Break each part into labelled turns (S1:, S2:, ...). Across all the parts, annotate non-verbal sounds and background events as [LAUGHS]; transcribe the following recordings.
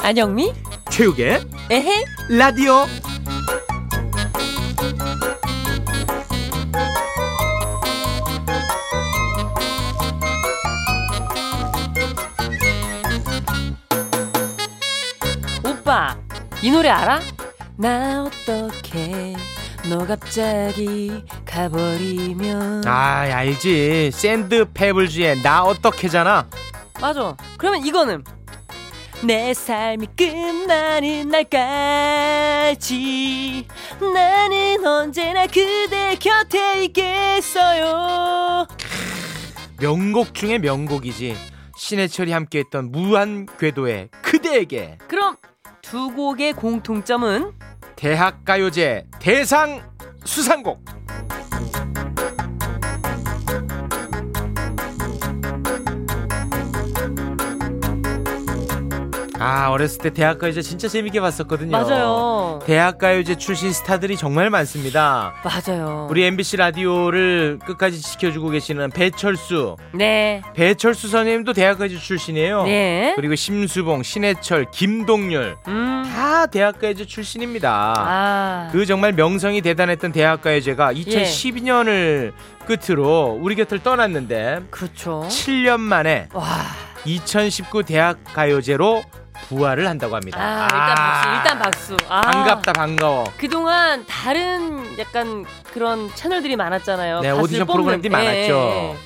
S1: 안영미
S2: 체육의
S1: 에헤
S2: 라디오
S1: 오빠 이 노래 알아? 나 어떡해 너 갑자기 가버리면
S2: 아 알지 샌드 페블즈의 나 어떻게잖아
S1: 맞아 그러면 이거는 내 삶이 끝나는 날까지 나는 언제나 그대 곁에 있겠어요
S2: 명곡 중에 명곡이지 신해철이 함께했던 무한 궤도의 그대에게
S1: 그럼 두 곡의 공통점은
S2: 대학가요제 대상 수상곡 아 어렸을 때 대학가요제 진짜 재밌게 봤었거든요
S1: 맞아요
S2: 네. 대학가요제 출신 스타들이 정말 많습니다
S1: 맞아요
S2: 우리 MBC 라디오를 끝까지 지켜주고 계시는 배철수
S1: 네
S2: 배철수 선생님도 대학가요제 출신이에요
S1: 네.
S2: 그리고 심수봉 신해철 김동률
S1: 음.
S2: 다 대학가요제 출신입니다.
S1: 아. 예.
S2: 그 정말 명성이 대단했던 대학가요제가 2012년을 끝으로 우리 곁을 떠났는데
S1: 그렇죠.
S2: 7년 만에
S1: 와.
S2: 2019 대학가요제로 부활을 한다고 합니다.
S1: 아, 일단 박수. 일단 박수. 아.
S2: 반갑다 반가워.
S1: 그동안 다른 약간 그런 채널들이 많았잖아요.
S2: 네,
S1: 가수를
S2: 오디션
S1: 뽑는.
S2: 프로그램들이 많았죠.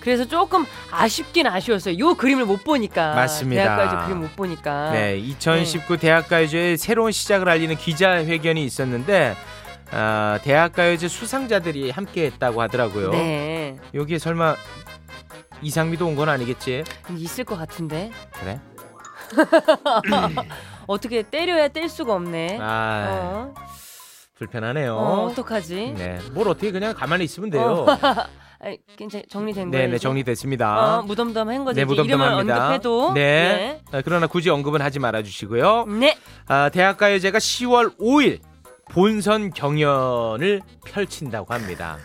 S1: 그래서 조금 아쉽긴 아쉬웠어요. 요 그림을 못 보니까.
S2: 맞습니다.
S1: 대학까지 그림 못 보니까.
S2: 네, 2019 대학가요제의 새로운 시작을 알리는 기자회견이 있었는데 아, 대학가요제 수상자들이 함께했다고 하더라고요.
S1: 네.
S2: 여기에 설마 이상미도 온 건 아니겠지?
S1: 있을 것 같은데.
S2: 그래?
S1: [LAUGHS] 어떻게 때려야 뗄 수가 없네.
S2: 아
S1: 어.
S2: 불편하네요.
S1: 어, 어떡하지?
S2: 네, 뭘 어떻게 그냥 가만히 있으면 돼요.
S1: 아이, 괜찮 정리된 거예요.
S2: 네, 네
S1: 이제?
S2: 정리됐습니다.
S1: 어, 무덤덤한 거지.
S2: 네,
S1: 이제 이름을
S2: 무덤덤합니다.
S1: 언급해도.
S2: 네. 아, 그러나 굳이 언급은 하지 말아주시고요.
S1: 네. 네.
S2: 아, 대학가요제가 10월 5일 본선 경연을 펼친다고 합니다.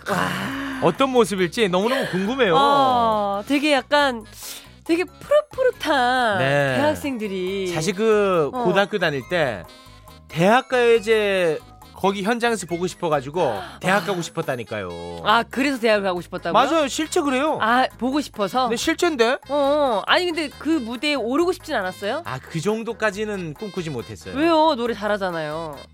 S2: 어떤 모습일지 너무너무 궁금해요.
S1: 어, 되게 약간 되게 푸릇푸릇한
S2: 네.
S1: 대학생들이
S2: 사실 그
S1: 어.
S2: 고등학교 다닐 때 대학가요제 거기 현장에서 보고 싶어가지고 대학 가고 싶었다니까요.
S1: 아 그래서 대학을 가고 싶었다고요?
S2: 맞아요, 네. 실제 그래요.
S1: 아 보고 싶어서.
S2: 근데 실제인데?
S1: 어, 어 아니 근데 그 무대에 오르고 싶진 않았어요?
S2: 아 네. 그 정도까지는 꿈꾸지 못했어요.
S1: 왜요? 노래 잘하잖아요. [LAUGHS]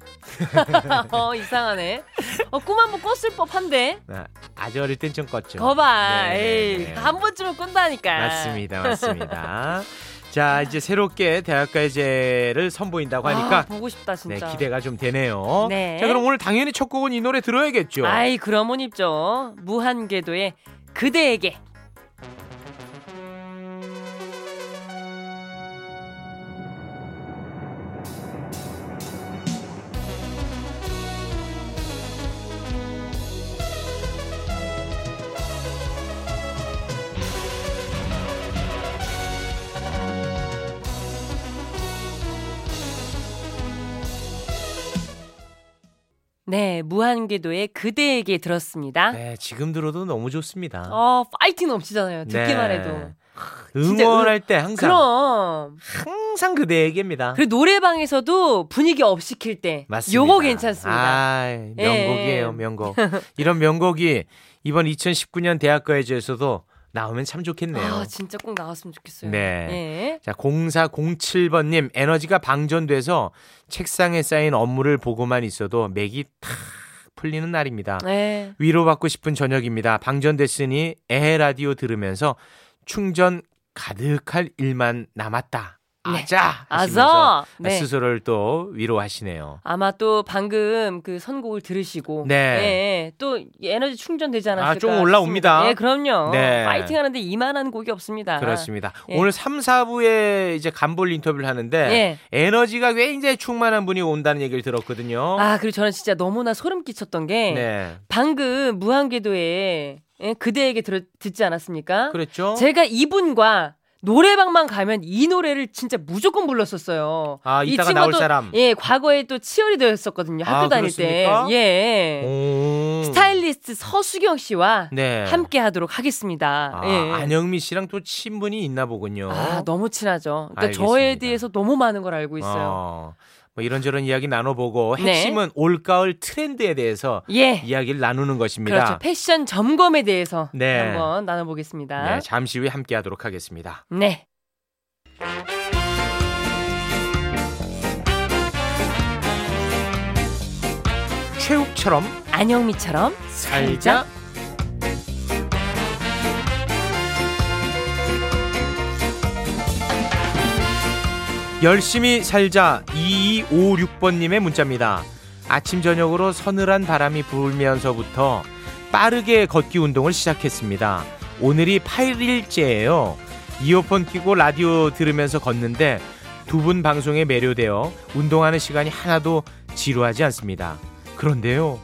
S1: 어, 이상하네. 어, 꿈 한 번 꿨을 법한데.
S2: 아, 아주 어릴 땐 좀 껐죠.
S1: 거봐.
S2: 네,
S1: 에이,
S2: 네, 네.
S1: 한 번쯤은 꾼다니까.
S2: 맞습니다, 맞습니다. 자 이제 새롭게 대학가요제를 선보인다고
S1: 아,
S2: 하니까
S1: 보고 싶다
S2: 네,
S1: 진짜.
S2: 기대가 좀 되네요.
S1: 네.
S2: 자 그럼 오늘 당연히 첫 곡은 이 노래 들어야겠죠.
S1: 아이 그러면 입죠. 무한궤도의 그대에게. 네, 무한궤도의 그대에게 들었습니다.
S2: 네 지금 들어도 너무 좋습니다.
S1: 어, 파이팅 넘치잖아요.
S2: 네.
S1: 듣기만 해도. 진짜 그
S2: 응원할 때 항상
S1: 그럼.
S2: 항상 그대에게입니다.
S1: 그리고 노래방에서도 분위기 업 시킬 때.
S2: 맞습니다.
S1: 요거 괜찮습니다.
S2: 아, 명곡이에요,
S1: 예.
S2: 명곡. 이런 명곡이 이번 2019년 대학가요제에서도 나오면 참 좋겠네요.
S1: 아, 진짜 꼭 나왔으면 좋겠어요.
S2: 네.
S1: 예.
S2: 자, 0407번님, 에너지가 방전돼서 책상에 쌓인 업무를 보고만 있어도 맥이 탁 풀리는 날입니다.
S1: 네.
S2: 위로받고 싶은 저녁입니다. 방전됐으니 에헤 라디오 들으면서 충전 가득할 일만 남았다.
S1: 네.
S2: 아자! 하시면서
S1: 아서. 네.
S2: 스스로를 또 위로하시네요.
S1: 아마 또 방금 그 선곡을 들으시고
S2: 네.
S1: 예, 또 에너지 충전되지 않았을까
S2: 아, 좀 올라옵니다.
S1: 싶습니다. 예, 그럼요.
S2: 네.
S1: 파이팅 하는데 이만한 곡이 없습니다.
S2: 그렇습니다.
S1: 예.
S2: 오늘 3, 4부에 이제 간볼 인터뷰를 하는데
S1: 예.
S2: 에너지가 굉장히 충만한 분이 온다는 얘기를 들었거든요.
S1: 아, 그리고 저는 진짜 너무나 소름 끼쳤던 게
S2: 네.
S1: 방금 무한궤도에 예, 그대에게 들, 듣지 않았습니까?
S2: 그렇죠? 그랬죠?
S1: 제가 이분과 노래방만 가면 이 노래를 진짜 무조건 불렀었어요.
S2: 아,
S1: 이
S2: 이따가 나올 사람.
S1: 예, 과거에 또 치어리더였었거든요. 학교
S2: 아,
S1: 다닐
S2: 그렇습니까?
S1: 때. 예.
S2: 오.
S1: 스타일리스트 서수경 씨와
S2: 네.
S1: 함께 하도록 하겠습니다.
S2: 아,
S1: 예.
S2: 안영미 씨랑 또 친분이 있나 보군요.
S1: 아, 너무 친하죠. 그러니까
S2: 알겠습니다.
S1: 저에 대해서 너무 많은 걸 알고 있어요.
S2: 어, 뭐 이런저런 이야기 나눠보고
S1: 네.
S2: 핵심은 올가을 트렌드에 대해서
S1: 예.
S2: 이야기를 나누는 것입니다.
S1: 그렇죠. 패션 점검에 대해서
S2: 네.
S1: 한번 나눠보겠습니다.
S2: 네, 잠시 후에 함께 하도록 하겠습니다.
S1: 네.
S2: 최욱처럼
S1: 안영미처럼
S2: 살자. 열심히 살자 2256번님의 문자입니다. 아침 저녁으로 서늘한 바람이 불면서부터 빠르게 걷기 운동을 시작했습니다. 오늘이 8일째예요. 이어폰 끼고 라디오 들으면서 걷는데 두 분 방송에 매료되어 운동하는 시간이 하나도 지루하지 않습니다. 그런데요.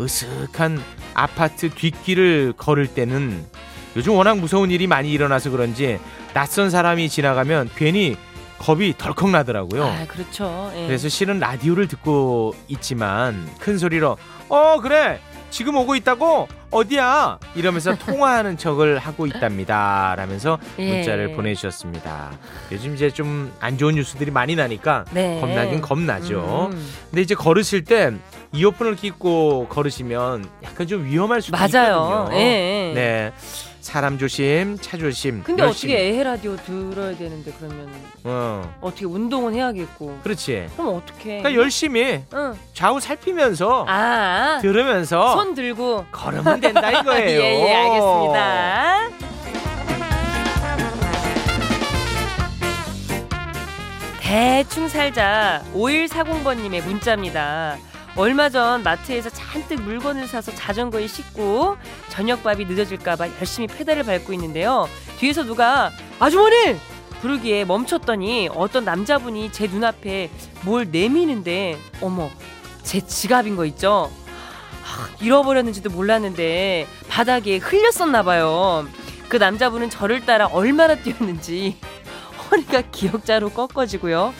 S2: 으슥한 아파트 뒷길을 걸을 때는 요즘 워낙 무서운 일이 많이 일어나서 그런지 낯선 사람이 지나가면 괜히 겁이 덜컥 나더라고요.
S1: 아, 그렇죠. 예.
S2: 그래서 실은 라디오를 듣고 있지만 큰 소리로 어 그래 지금 오고 있다고 어디야
S1: [LAUGHS]
S2: 이러면서 통화하는 척을 하고 있답니다 라면서
S1: 예.
S2: 문자를 보내주셨습니다 요즘 이제 좀 안 좋은 뉴스들이 많이 나니까
S1: 네.
S2: 겁나긴 겁나죠
S1: 음.
S2: 근데 이제 걸으실 때 이어폰을 끼고 걸으시면 약간 좀 위험할 수도
S1: 맞아요.
S2: 있거든요
S1: 예, 예.
S2: 네 사람 조심 차 조심
S1: 근데
S2: 열심히.
S1: 어떻게 에헤 라디오 들어야 되는데 그러면
S2: 어,
S1: 어떻게 운동은 해야겠고.
S2: 그렇지
S1: 그럼 어떻게?
S2: 그러니까 열심히
S1: 응.
S2: 좌우 살피면서
S1: 예. 아.
S2: 들으면서
S1: 손 들고
S2: 걸으면 된다
S1: [LAUGHS]
S2: 이거예요.
S1: 예, 예, 알겠습니다. 대충 살자 5140번님의 문자입니다. 얼마 전 마트에서 잔뜩 물건을 사서 자전거에 싣고 저녁밥이 늦어질까봐 열심히 페달을 밟고 있는데요. 뒤에서 누가 아주머니 부르기에 멈췄더니 어떤 남자분이 제 눈앞에 뭘 내미는데 어머 제 지갑인 거 있죠? 잃어버렸는지도 몰랐는데 바닥에 흘렸었나 봐요. 그 남자분은 저를 따라 얼마나 뛰었는지 [LAUGHS] 허리가 기억자로 꺾어지고요.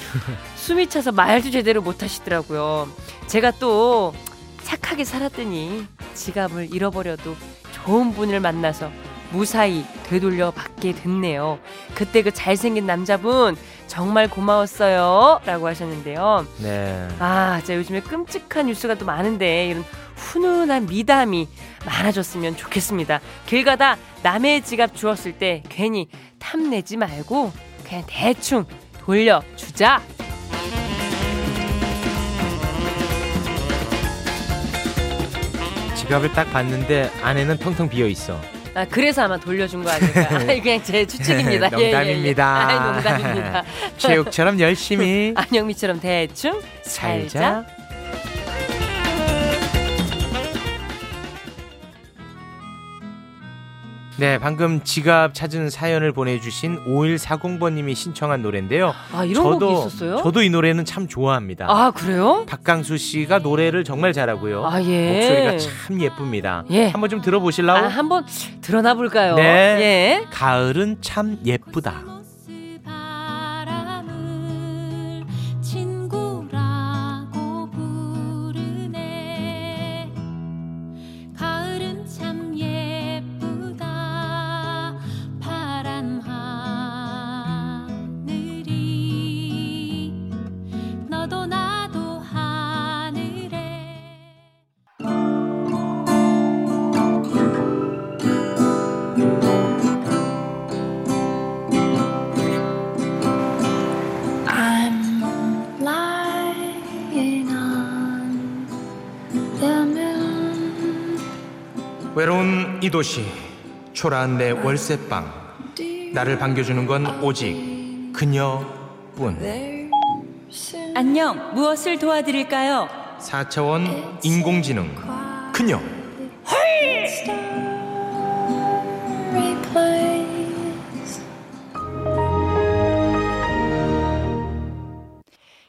S1: 숨이 차서 말도 제대로 못 하시더라고요. 제가 또 착하게 살았더니 지갑을 잃어버려도 좋은 분을 만나서 무사히 되돌려 받게 됐네요. 그때 그 잘생긴 남자분 정말 고마웠어요. 라고 하셨는데요.
S2: 네.
S1: 아, 진짜 요즘에 끔찍한 뉴스가 또 많은데 이런 훈훈한 미담이 많아졌으면 좋겠습니다. 길 가다 남의 지갑 주었을 때 괜히 탐내지 말고 그냥 대충 돌려주자.
S2: 지갑을 딱 봤는데 안에는 텅텅 비어 있어.
S1: 아, 그래서 아마 돌려준 거
S2: [LAUGHS]
S1: 아닐까. 아, 이게 그냥 제 추측입니다. 예, 예, 예.
S2: 네, 농담입니다.
S1: 아,
S2: [LAUGHS]
S1: 농담입니다.
S2: 체육처럼 열심히
S1: 안영미처럼 대충 살자.
S2: 살자. 네, 방금 지갑 찾은 사연을 보내주신 5140번님이 신청한 노래인데요.
S1: 아, 이런 곡이 있었어요?
S2: 저도 이 노래는 참 좋아합니다.
S1: 아, 그래요?
S2: 박강수 씨가 노래를 정말 잘하고요.
S1: 아, 예.
S2: 목소리가 참 예쁩니다.
S1: 예.
S2: 한번 좀
S1: 아,
S2: 들어보실라고?
S1: 한번 드러나 볼까요?
S2: 네.
S1: 예.
S2: 가을은 참 예쁘다.
S3: 코스모스 바람을 친구라고 부르네 가을은 참 예쁘다 파란 하늘이 너도 나도 하늘에
S4: I'm lying on the moon.
S2: 외로운 이 도시 초라한 내 월세방 나를 반겨주는 건 오직 그녀뿐
S1: 예.
S5: 안녕, 무엇을 도와드릴까요?
S2: 4차원 인공지능 그녀
S4: Replace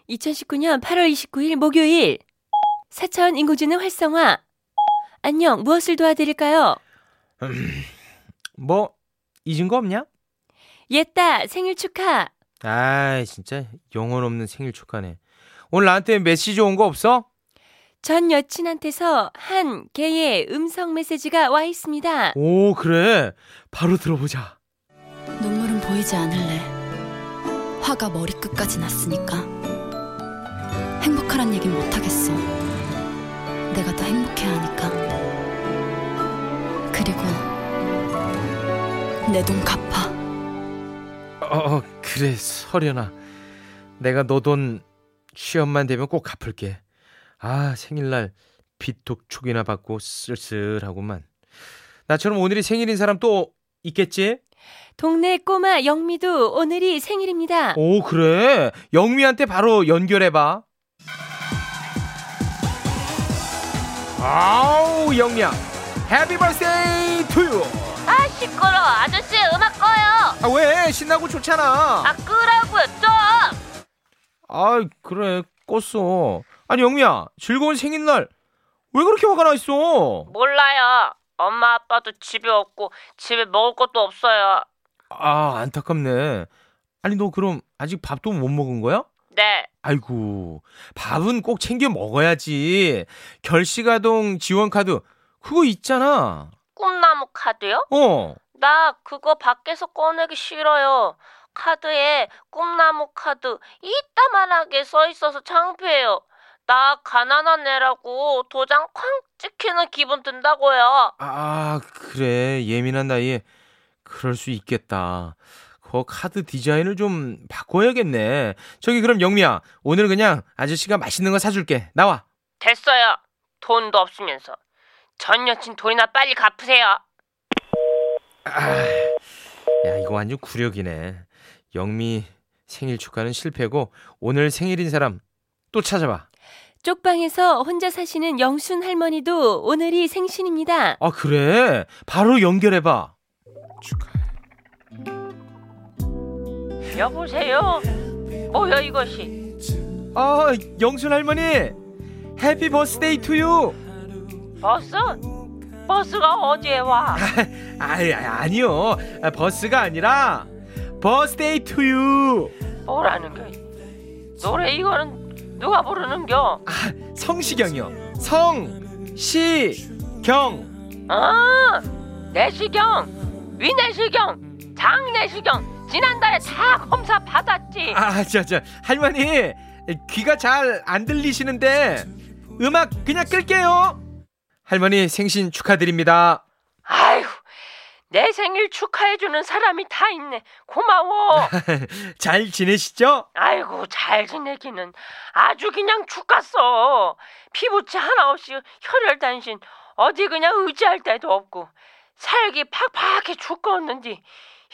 S1: 2019년 8월 29일 목요일 4차원 인공지능 활성화 안녕 무엇을 도와드릴까요?
S2: 뭐 잊은 거 없냐?
S6: 옛다 생일 축하.
S2: 아, 진짜 영혼 없는 생일 축하네. 오늘 나한테 메시지 온 거 없어?
S6: 전 여친한테서 한 개의 음성 메시지가 와 있습니다.
S2: 오, 그래. 바로 들어보자.
S7: 눈물은 보이지 않을래. 화가 머리끝까지 났으니까. 행복하란 얘긴 못하겠어. 내가 더 행복해야 하니까. 그리고 내 돈 갚아.
S2: 어, 그래, 설현아. 내가 너 돈 시험만 되면 꼭 갚을게. 아, 생일날 빚독촉이나 받고 쓸쓸하구만. 나처럼 오늘이 생일인 사람 또 있겠지?
S6: 동네 꼬마 영미도 오늘이 생일입니다.
S2: 오, 그래. 영미한테 바로 연결해봐. 아우, 영미야. 해피 버스데이 투 유.
S1: 아 시끄러 워 아저씨 음악 꺼요
S2: 아, 왜? 신나고 좋잖아.
S1: 아 끄라고요 좀
S2: 아, 그래. 껐어. 아니, 영미야. 즐거운 생일날 왜 그렇게 화가 나 있어?
S1: 몰라요 엄마 아빠도 집에 없고 집에 먹을 것도 없어요
S2: 아, 안타깝네. 아니, 너 그럼 아직 밥도 못 먹은 거야?
S1: 네
S2: 아이고, 밥은 꼭 챙겨 먹어야지. 결식아동 지원카드, 그거 있잖아.
S1: 꿈나무 카드요?
S2: 어.
S1: 나 그거 밖에서 꺼내기 싫어요 카드에 꿈나무 카드 이따만하게 써 있어서 창피해요 나 가난한 애라고 도장 쾅 찍히는 기분 든다고요
S2: 아, 그래. 예민한 나이에 그럴 수 있겠다. 그 카드 디자인을 좀 바꿔야겠네. 저기 그럼 영미야, 오늘 그냥 아저씨가 맛있는 거 사줄게. 나와.
S1: 됐어요 돈도 없으면서 전 여친 돈이나 빨리 갚으세요
S2: 야, 이거 완전 구력이네. 영미 생일 축하는 실패고 오늘 생일인 사람 또 찾아봐.
S6: 쪽방에서 혼자 사시는 영순 할머니도 오늘이 생신입니다.
S2: 아, 그래. 바로 연결해 봐.
S1: 여보세요? 뭐야 이것이?
S2: 아, 영순 할머니. 해피 버스데이 투 유.
S1: 버스? 버스가 어디에 와?
S2: 아이, 아, 아니요. 아, 버스가 아니라 버스데이 투 유.
S1: 뭐라는 거야? 노래 이거는 누가 부르는겨?
S2: 성시경이요. 성, 시, 경.
S1: 아, 내시경, 위내시경, 장내시경 지난달에 다 검사 받았지.
S2: 아, 저, 저, 할머니. 귀가 잘 안 들리시는데 음악 그냥 끌게요. 할머니 생신 축하드립니다.
S1: 아휴, 내 생일 축하해주는 사람이 다 있네. 고마워.
S2: 잘 지내시죠?
S1: 아이고 잘 지내기는 아주 그냥 죽갔어 피부치 하나 없이 혈혈단신 어디 그냥 의지할 데도 없고 살기 팍팍해 죽겠는디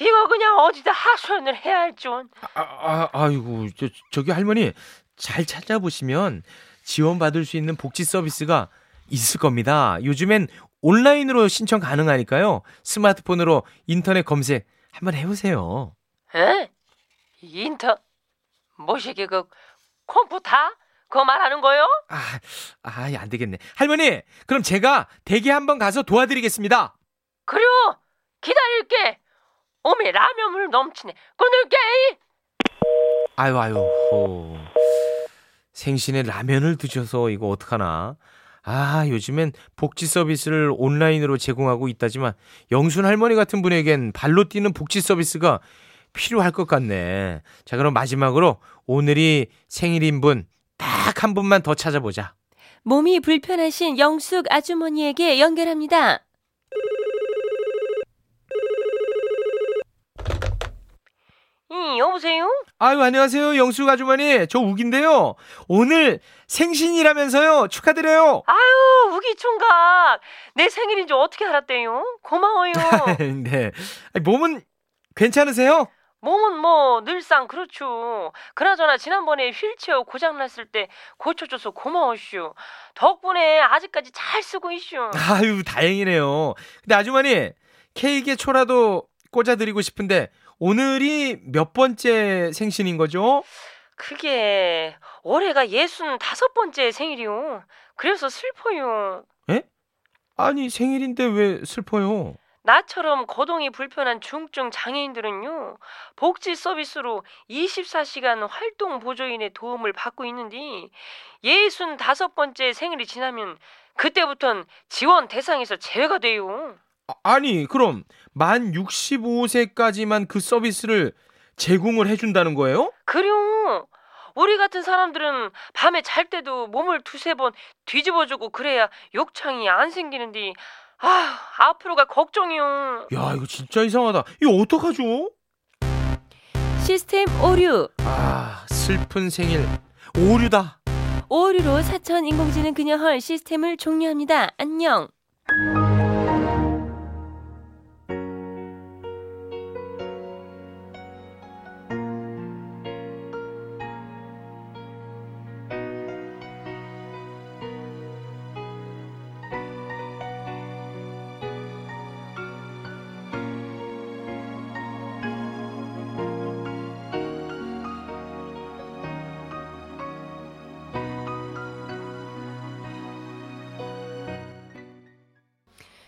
S1: 이거 그냥 어디다 하소연을 해야 할지 원
S2: 아, 아, 이고 저, 저기 할머니 잘 찾아보시면 지원받을 수 있는 복지 서비스가 있을 겁니다. 요즘엔 온라인으로 신청 가능하니까요. 스마트폰으로 인터넷 검색 한번 해보세요.
S1: 에? 인터 뭐시기 그 컴퓨터 그거 말하는 거요?
S2: 아, 아, 안 되겠네. 할머니, 그럼 제가 대기 한번 가서 도와드리겠습니다.
S1: 그리고 기다릴게 오메 라면물 넘치네 끊을게
S2: 아유, 아유, 호. 생신에 라면을 드셔서 이거 어떡하나. 아, 요즘엔 복지 서비스를 온라인으로 제공하고 있다지만 영순 할머니 같은 분에겐 발로 뛰는 복지 서비스가 필요할 것 같네. 자, 그럼 마지막으로 오늘이 생일인 분 딱 한 분만 더 찾아보자.
S6: 몸이 불편하신 영숙 아주머니에게 연결합니다.
S1: 이 여보세요?
S2: 아유, 안녕하세요. 영숙 아주머니. 저 우기인데요. 오늘 생신이라면서요. 축하드려요.
S1: 아유 어, 우기 총각 내 생일인 줄 어떻게 알았대요? 고마워요
S2: [LAUGHS]
S6: [LAUGHS]
S2: 네. 아니, 몸은 괜찮으세요?
S1: 몸은 뭐 늘상 그렇죠. 그나저나 지난번에 휠체어 고장 났을 때 고쳐줘서 고마워쇼. 덕분에 아직까지 잘 쓰고 있쇼.
S2: 아유 다행이네요. 근데 아주머니 케이크에 초라도 꽂아드리고 싶은데 오늘이 몇 번째 생신인 거죠?
S1: 그게 올해가 예순 다섯 번째 생일이요. 그래서 슬퍼요.
S2: 아니 생일인데 왜 슬퍼요?
S8: 나처럼 거동이 불편한 중증 장애인들은요 복지 서비스로 24시간 활동 보조인의 도움을 받고 있는데 예순 다섯 번째 생일이 지나면 그때부턴 지원 대상에서 제외가 돼요.
S2: 아, 아니 그럼 만 65세까지만 그 서비스를 제공을 해준다는 거예요?
S8: 그래요. 우리 같은 사람들은 밤에 잘 때도 몸을 두세 번 뒤집어주고 그래야 욕창이 안 생기는데 아 앞으로가 걱정이요.
S2: 야 이거 진짜 이상하다. 이거 어떡하죠?
S1: 시스템 오류.
S2: 아 슬픈 생일 오류다.
S1: 오류로 사천 인공지능 그녀 헐 시스템을 종료합니다. 안녕.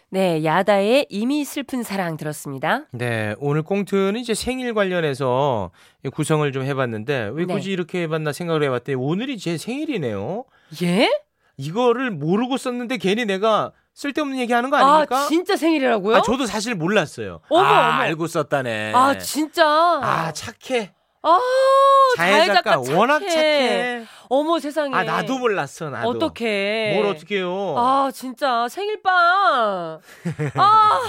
S1: 네, 야다의 이미 슬픈 사랑 들었습니다.
S2: 네 오늘 꽁트는 이제 생일 관련해서 구성을 좀 해봤는데 왜
S1: 네.
S2: 굳이 이렇게 해봤나 생각을 해봤더니 오늘이 제 생일이네요.
S1: 예?
S2: 이거를 모르고 썼는데 괜히 내가 쓸데없는 얘기하는 거
S1: 아,
S2: 아닙니까?
S1: 진짜 생일이라고요?
S2: 아, 저도 사실 몰랐어요.
S1: 어머,
S2: 아,
S1: 어머.
S2: 알고 썼다네.
S1: 아, 진짜.
S2: 아, 착해.
S1: 아,
S2: 자해 작가
S1: 착해.
S2: 워낙 착해.
S1: 어머 세상에.
S2: 아, 나도 몰랐어, 나도.
S1: 어떻게?
S2: 뭘 어떻게 해요?
S1: 아 진짜 생일빵.
S2: [LAUGHS]
S1: 아.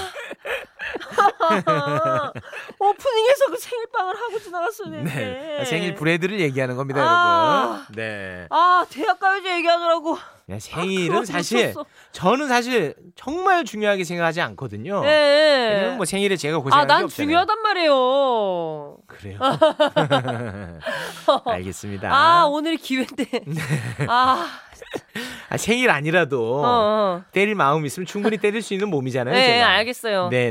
S1: 오프닝에서 그 생일빵을 하고 지나갔어야 되는데.
S2: 네. 생일 브레드를 얘기하는 겁니다,
S1: 아.
S2: 여러분. 네.
S1: 아 대학 가요제 얘기하느라고.
S2: 네,
S1: 아, 그거
S2: 생일은 사실
S1: 놓쳤어.
S2: 저는 사실 정말 중요하게 생각하지 않거든요.
S1: 네.
S2: 어. 왜냐면 뭐 생일에 제가 고생하는 게
S1: 아난
S2: 없잖아요.
S1: 중요하단 말이에요. [LAUGHS]
S2: 그래요. 알겠습니다.
S1: 아 오늘 기회인데.
S2: 네.
S1: 아.
S2: 아, 생일 아니라도
S1: 어. 어.
S2: 때릴 마음 이 있으면 충분히 때릴 수 있는 몸이잖아요.
S1: 네
S2: 제가.
S1: 알겠어요. 예.
S2: 네,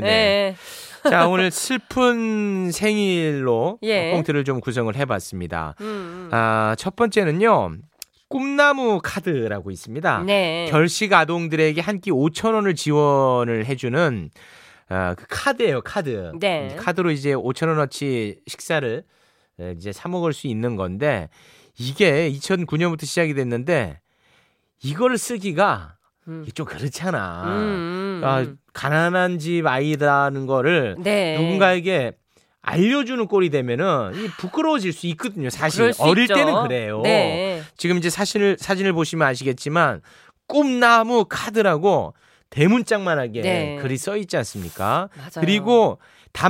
S2: 네. 자, 오늘 슬픈 생일로
S1: 예.
S2: 꽁트를 좀 구성을 해봤습니다.
S1: 음, 음.
S2: 아, 첫 번째는요. 꿈나무 카드라고 있습니다.
S1: 네.
S2: 아, 결식 아동들에게 한 끼 5천 원을 지원을 해주는 아, 그 카드예요, 카드.
S1: 네.
S2: 카드로 이제 5천 원어치 식사를 에, 이제 사 먹을 수 있는 건데 이게 2009년부터 시작이 됐는데 이걸 쓰기가
S1: 음.
S2: 이게 좀 그렇잖아.
S1: 음, 음,
S2: 아,
S1: 음.
S2: 가난한 집 아이라는 거를
S1: 네.
S2: 누군가에게 알려주는 꼴이 되면은 이 부끄러워질 수 있거든요. 사실
S1: 그럴 수
S2: 어릴
S1: 있죠.
S2: 때는 그래요.
S1: 네.
S2: 지금 이제 사진을 사진을 보시면 아시겠지만 꿈나무 카드라고 대문짝만하게
S1: 네.
S2: 글이 써 있지 않습니까?
S1: 맞아요.
S2: 그리고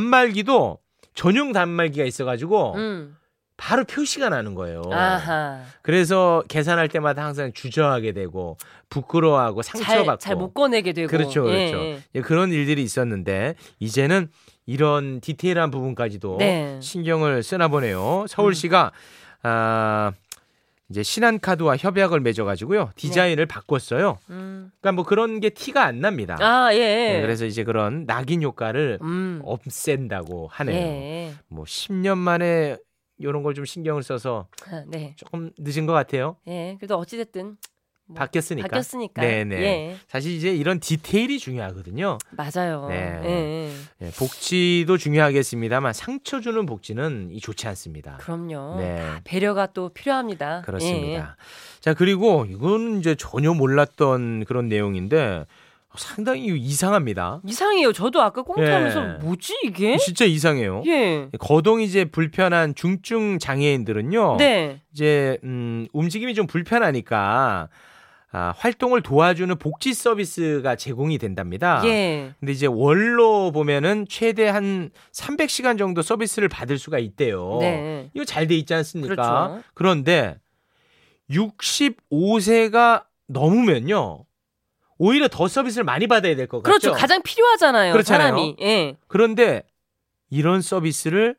S2: 단말기도 전용 단말기가 있어가지고
S1: 음.
S2: 바로 표시가 나는 거예요.
S1: 아하.
S2: 그래서 계산할 때마다 항상 주저하게 되고 부끄러워하고 상처받고
S1: 잘 못 꺼내게 되고
S2: 그렇죠,
S1: 예,
S2: 그렇죠.
S1: 예.
S2: 예, 그런 일들이 있었는데 이제는 이런 디테일한 부분까지도
S1: 네.
S2: 신경을 쓰나 보네요. 서울시가 아, 이제 신한카드와 협약을 맺어가지고요 디자인을 바꿨어요.
S1: 음.
S2: 그러니까 뭐 그런 게 티가 안 납니다.
S1: 아 예.
S2: 네, 그래서 이제 그런 낙인 효과를
S1: 음.
S2: 없앤다고 하네요.
S1: 예.
S2: 뭐 10년 만에 이런 걸 좀 신경을 써서
S1: 아, 네.
S2: 조금 늦은 것 같아요.
S1: 예. 그래도 어찌 됐든 뭐,
S2: 음, 바뀌었으니까.
S1: 바뀌었으니까.
S2: 네, 네.
S1: 예.
S2: 사실 이제 이런 디테일이 중요하거든요.
S1: 맞아요.
S2: 네.
S1: 예, 예.
S2: 예, 복지도 중요하겠습니다만 상처 주는 복지는 이 좋지 않습니다.
S1: 그럼요.
S2: 네.
S1: 배려가 또 필요합니다. 예,
S2: 그렇습니다. 자, 그리고 이건 이제 전혀 몰랐던 그런 내용인데 상당히 이상합니다.
S1: 예. 이상해요. 저도 아까 꽁트하면서
S2: 예.
S1: 뭐지 이게?
S2: 진짜 이상해요.
S1: 예.
S2: 거동이 이제 불편한 중증 장애인들은요.
S1: 네.
S2: 이제 음, 움직임이 좀 불편하니까 아, 활동을 도와주는 복지 서비스가 제공이 된답니다.
S1: 예.
S2: 근데 이제 월로 보면은 최대 한 300시간 정도 서비스를 받을 수가 있대요.
S1: 네.
S2: 이거 잘 돼 있지 않습니까?
S1: 그렇죠.
S2: 어. 그런데 65세가 넘으면요. 오히려 더 서비스를 많이 받아야 될 것 같죠.
S1: 그렇죠. 가장 필요하잖아요.
S2: 그렇잖아요.
S1: 사람이. 예.
S2: 그런데 이런 서비스를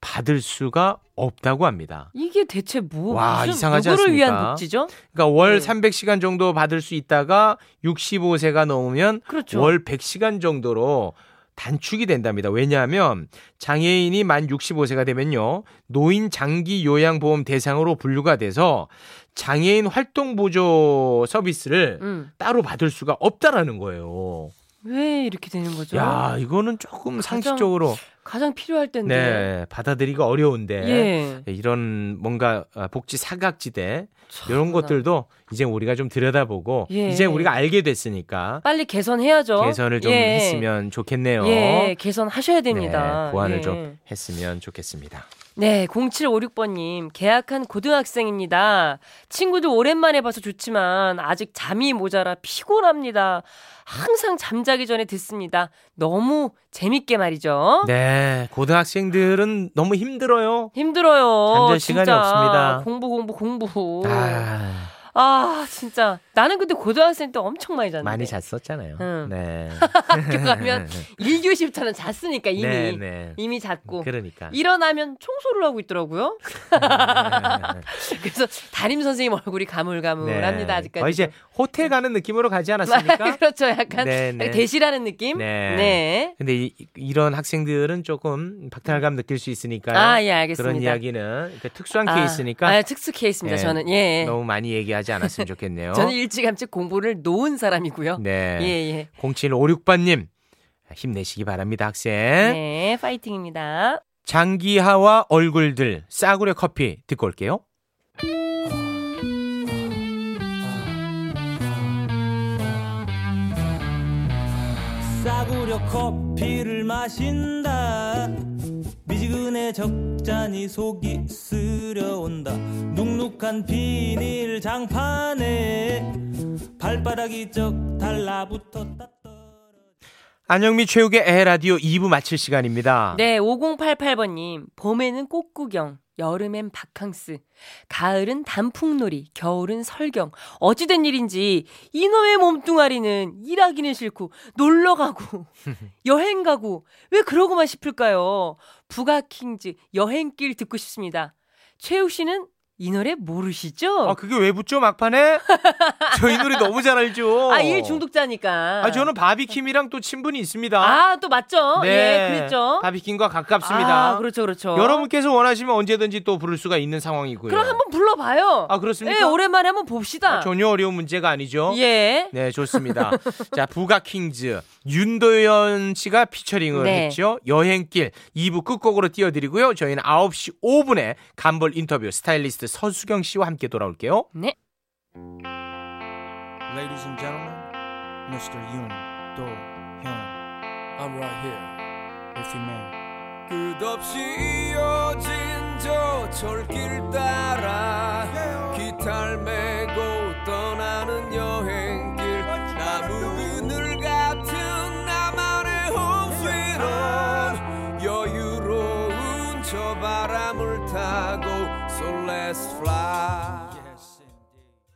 S2: 받을 수가 없다고 합니다.
S1: 이게 대체 뭐
S2: 와,
S1: 무슨
S2: 이상하지
S1: 누구를
S2: 않습니까?
S1: 위한 복지죠?
S2: 그러니까 월
S1: 네.
S2: 300시간 정도 받을 수 있다가 65세가 넘으면
S1: 그렇죠.
S2: 월 100시간 정도로 단축이 된답니다. 왜냐하면 장애인이 만 65세가 되면요. 노인 장기 요양 보험 대상으로 분류가 돼서 장애인 활동 보조 서비스를
S1: 음.
S2: 따로 받을 수가 없다라는 거예요.
S1: 왜 이렇게 되는 거죠?
S2: 야, 이거는 조금
S1: 가장-
S2: 상식적으로
S1: 가장 필요할 때인데.
S2: 네, 받아들이기가 어려운데.
S1: 예.
S2: 네, 이런 뭔가 아, 복지 사각지대
S1: 참,
S2: 이런 것들도 이제 우리가 좀 들여다보고
S1: 예.
S2: 이제 우리가 알게 됐으니까
S1: 빨리 개선해야죠.
S2: 개선을 좀
S1: 예.
S2: 했으면 좋겠네요.
S1: 예, 개선하셔야 됩니다.
S2: 네, 보완을
S1: 예.
S2: 좀 했으면 좋겠습니다.
S1: 네, 0756번님, 계약한 고등학생입니다. 친구들 오랜만에 봐서 좋지만, 아직 잠이 모자라 피곤합니다. 항상 잠자기 전에 듣습니다. 너무 재밌게 말이죠.
S2: 네, 고등학생들은 너무 힘들어요.
S1: 힘들어요.
S2: 네. 잠잘 시간이
S1: 진짜.
S2: 없습니다.
S1: 공부, 공부, 공부. 아,
S2: 아,
S1: 진짜. 나는 근데 고등학생 때 엄청 많이 잤는데.
S2: 많이 잤었잖아요.
S1: 음.
S2: 네.
S1: 학교
S2: 예,
S1: 가면 1교시 부터는 잤으니까 [LAUGHS] 이미.
S2: 네, 네.
S1: 이미 잤고.
S2: 그러니까.
S1: 일어나면 청소를 하고 있더라고요. [LAUGHS] 그래서 담임 선생님 얼굴이 가물가물합니다
S2: 네.
S1: 아직까지.
S2: 거의 이제 호텔 가는 느낌으로
S1: [LAUGHS]
S2: 가지 않았습니까?
S1: 그렇죠. 약간
S2: 네, 네.
S1: 대시라는 느낌.
S2: 네.
S1: 네.
S2: 근데 이, 런 학생들은 조금 박탈감 느낄 수 있으니까요.
S1: 아, 예, 알겠습니다.
S2: 그런 이야기는 이렇게 특수한
S1: 아,
S2: 케이스니까
S1: 아, 특수 케이스입니다.
S2: 예,
S1: 저는 예.
S2: 너무 많이 얘기하지 않았으면 좋겠네요.
S1: [LAUGHS] 저는 일찌감치 공부를 놓은 사람이고요.
S2: 네.
S1: 예, 예.
S2: 0756번님 힘내시기 바랍니다, 학생.
S1: 네, 파이팅입니다.
S2: 장기하와 얼굴들 싸구려 커피 듣고 올게요.
S9: 싸구려 커피를 마신다 미지근해 적잖이 속이 쓰려온다 눅눅한 비닐 장판에 발바닥이 쩍 달라붙었다 떨어져
S2: 안영미 최욱의 에라디오 2부 마칠 시간입니다.
S1: 네, 5088번님. 봄에는 꽃구경, 여름엔 바캉스, 가을은 단풍놀이, 겨울은 설경. 어찌된 일인지 이놈의 몸뚱아리는 일하기는 싫고 놀러
S2: [LAUGHS]
S1: 가고 여행 가고 왜 그러고만 싶을까요? 부가킹즈 여행길 듣고 싶습니다. 최욱 씨는 이 노래 모르시죠?
S2: 아 그게 왜 붙죠 막판에? [LAUGHS] 저이 노래 너무 잘 알죠.
S1: 아, 일 중독자니까.
S2: 아 저는 바비킴이랑 또 친분이 있습니다. 네.
S1: 아, 또 맞죠? 예, 그랬죠.
S2: 바비킴과 가깝습니다.
S1: 아, 그렇죠, 그렇죠.
S2: 여러분께서 원하시면 언제든지 또 부를 수가 있는 상황이고요.
S1: 그럼 한번 불러봐요.
S2: 아 그렇습니까?
S1: 예, 오랜만에 한번 봅시다.
S2: 아, 전혀 어려운 문제가 아니죠.
S1: 예.
S2: 네, 좋습니다. [LAUGHS] 자, 부가킹즈 윤도현 씨가 피처링을
S1: 네.
S2: 했죠. 여행길 2부 끝곡으로 띄워드리고요. 저희는 9시 5분에 간벌 인터뷰 스타일리스트 서수경 씨와 함께 돌아올게요.
S1: 네.
S9: Ladies and gentlemen, Mr. Yoon Do Hyun. I'm right here, if you may.
S10: 끝없이 이어진 저 철길 따라 기타를 메고 떠나는